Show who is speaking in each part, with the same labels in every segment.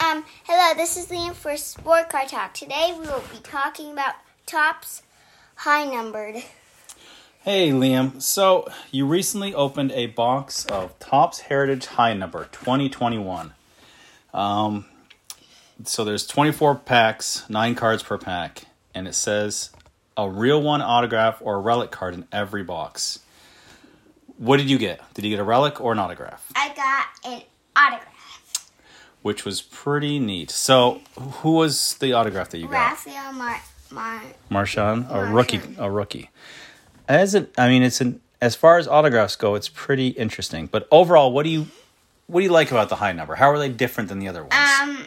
Speaker 1: Um, hello, this is Liam for Sport Car Talk. Today we will be talking about tops high numbered.
Speaker 2: Hey Liam, so you recently opened a box of Topps Heritage High Number 2021. Um, so there's 24 packs, nine cards per pack, and it says a real one autograph or a relic card in every box. What did you get? Did you get a relic or an autograph?
Speaker 1: I got an autograph.
Speaker 2: Which was pretty neat. So who was the autograph that you got?
Speaker 1: Raphael Mar. Mar-
Speaker 2: Marshawn, a
Speaker 1: Marshawn.
Speaker 2: rookie, a rookie. As it, I mean, it's an as far as autographs go, it's pretty interesting. But overall, what do you what do you like about the high number? How are they different than the other ones?
Speaker 1: um,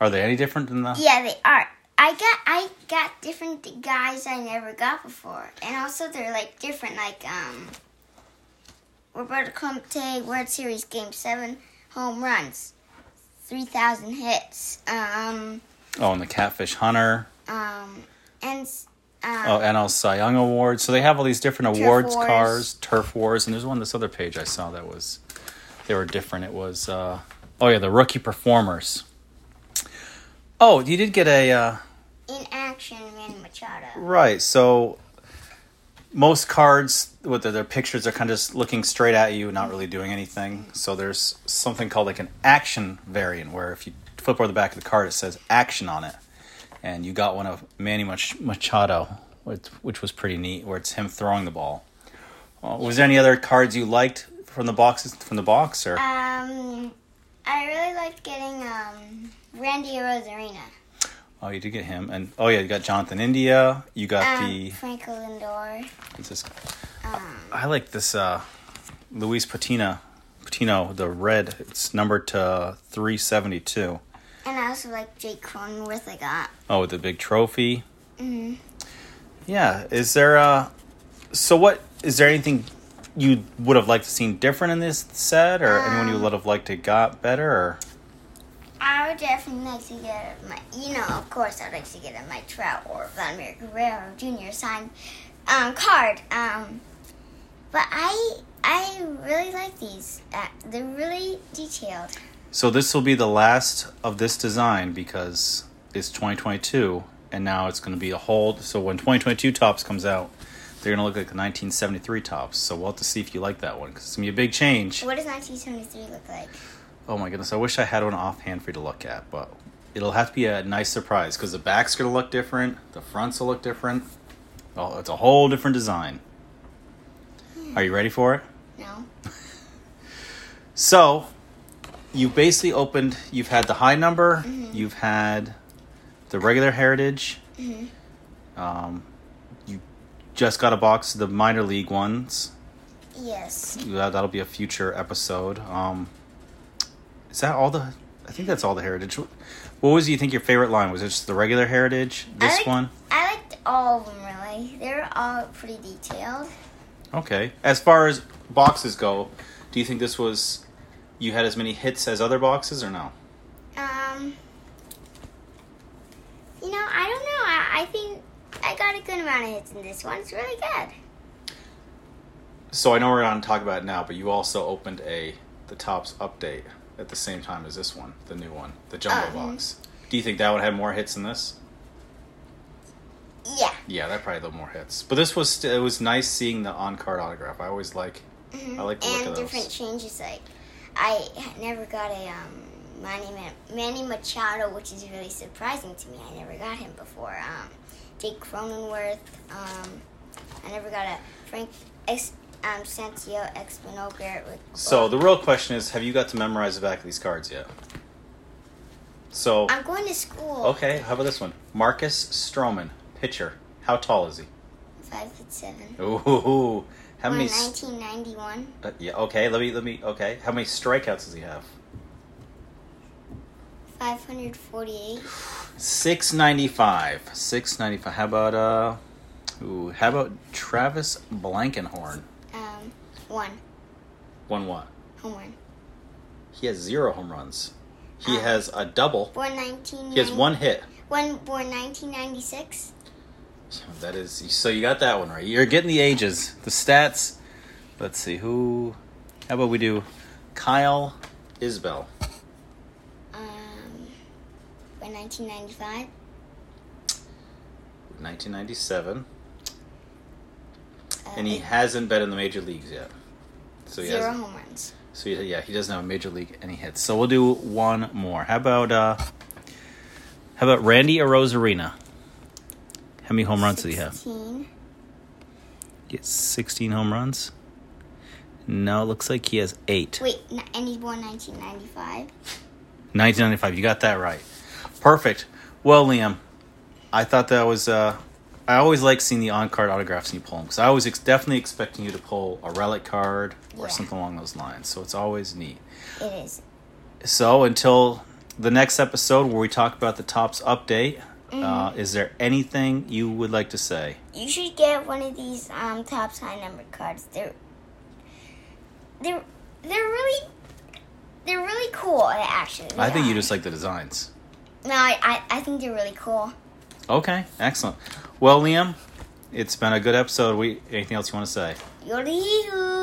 Speaker 2: are they any different than the?
Speaker 1: yeah, they are. I got I got different guys I never got before, and also they're like different, like um, Roberto Clemente World Series Game Seven home runs, three thousand hits. Um,
Speaker 2: Oh, and the Catfish Hunter.
Speaker 1: um, and um,
Speaker 2: Oh, NL Cy Young Awards. So they have all these different awards,
Speaker 1: Wars.
Speaker 2: cars, turf wars, and there's one this other page I saw that was they were different. It was uh, oh yeah, the rookie performers. Oh, you did get a. Uh,
Speaker 1: in action, Manny Machado.
Speaker 2: Right. So most cards with their, their pictures are kind of just looking straight at you, not really doing anything. So there's something called like an action variant, where if you flip over the back of the card, it says action on it, and you got one of Manny Mach- Machado, which, which was pretty neat, where it's him throwing the ball. Uh, was there any other cards you liked from the boxes from the box or?
Speaker 1: Um, I really liked getting um Randy Rosarina.
Speaker 2: oh, you did get him, and oh yeah, you got Jonathan India. You got
Speaker 1: Um,
Speaker 2: the.
Speaker 1: Franco Lindor.
Speaker 2: It's just
Speaker 1: Um,
Speaker 2: I like this uh Luis Patina Patino, the red. It's numbered to three seventy two.
Speaker 1: and I also liked Jake Cronenworth. I got.
Speaker 2: Oh, with the big trophy. Mm-hmm. Yeah. Is there uh so what is there anything you would have liked to seen different in this set or anyone you would have liked to got better or
Speaker 1: I would definitely like to get my, you know, of course, I'd like to get a Mike Trout or Vladimir Guerrero Jr. signed um, card. Um, but I, I really like these. Uh, they're really detailed.
Speaker 2: so this will be the last of this design because it's 2022 and now it's going to be a hold so when 2022 tops comes out they're going to look like the 1973 tops so we'll have to see if you like that one because it's going to be a big change
Speaker 1: What does 1973 look like?
Speaker 2: oh my goodness i wish i had one offhand for you to look at but it'll have to be a nice surprise because the back's going to look different the fronts will look different oh it's a whole different design are you ready for it
Speaker 1: No.
Speaker 2: So, you basically opened. You've had the high number. You've had the regular heritage. Um, you just got a box of the minor league ones.
Speaker 1: Yes.
Speaker 2: That, that'll be a future episode. Um, is that all the? I think that's all the heritage. What was you think your favorite line was? It just the regular heritage. This
Speaker 1: I liked,
Speaker 2: one.
Speaker 1: I liked all of them really. They're all pretty detailed.
Speaker 2: Okay. As far as boxes go, do you think this was? You had as many hits as other boxes, or no?
Speaker 1: Um, you know, I don't know. I, I think I got a good amount of hits in this one. It's really good.
Speaker 2: So I know we're going to talk about it now, but you also opened a the tops update at the same time as this one, the new one, the jumbo
Speaker 1: Um.
Speaker 2: box. Do you think that would have more hits than this?
Speaker 1: Yeah.
Speaker 2: Yeah, that probably had more hits. But this was st- it was nice seeing the on card autograph. I always like I like the look
Speaker 1: Mm-hmm. and
Speaker 2: of those.
Speaker 1: different changes. Like, I had never got a um, Manny, Ma- Manny Machado, which is really surprising to me. I never got him before. Um, Jake Cronenworth. Um, I never got a Frank Ex, um, Santiago Espinogar. with-
Speaker 2: So the real question is, have you got to memorize the back of these cards yet? So
Speaker 1: I'm going to school.
Speaker 2: okay, how about this one? Marcus Stroman, pitcher. How tall is he?
Speaker 1: Five foot seven.
Speaker 2: Ooh, how
Speaker 1: Born
Speaker 2: many? s-
Speaker 1: 1991.
Speaker 2: uh, yeah, okay. Let me let me. Okay, how many strikeouts does he have?
Speaker 1: 548.
Speaker 2: Six ninety five. Six ninety five. How about uh, ooh, how about Travis Blankenhorn?
Speaker 1: Um, one.
Speaker 2: One what?
Speaker 1: Home run.
Speaker 2: He has zero home runs. He
Speaker 1: Ah.
Speaker 2: has a double.
Speaker 1: Born 19.
Speaker 2: He has one hit.
Speaker 1: One born 1996.
Speaker 2: That is so. You got that one right. You're getting the ages, the stats. Let's see who. How about we do Kyle Isbell?
Speaker 1: um, by 1995.
Speaker 2: 1997,
Speaker 1: Uh,
Speaker 2: and he hasn't been in the major leagues yet. So he
Speaker 1: zero
Speaker 2: hasn't-
Speaker 1: home runs.
Speaker 2: So yeah, yeah, he doesn't have a major league any hits. So we'll do one more. How about uh how about Randy Arena? How many home runs did he have?
Speaker 1: 16.
Speaker 2: Yes, sixteen home runs. No, it looks like he has eight.
Speaker 1: Wait, n- and he won 1995.
Speaker 2: Nineteen ninety five. You got that right. Perfect. Well, Liam, I thought that was. uh I always like seeing the on card autographs when you pull them because I was ex- definitely expecting you to pull a relic card or
Speaker 1: Yeah.
Speaker 2: something along those lines. So it's always neat.
Speaker 1: It is.
Speaker 2: So until the next episode where we talk about the tops update, uh, is there anything you would like to say?
Speaker 1: You should get one of these um, top high number cards. They're they're they're really they're really cool. Actually,
Speaker 2: I think you
Speaker 1: Yeah.
Speaker 2: just like the designs.
Speaker 1: no. I, I I think they're really cool.
Speaker 2: Okay, excellent. Well, Liam, it's been a good episode. We anything else you want to say?
Speaker 1: Yodel-hee-hoo.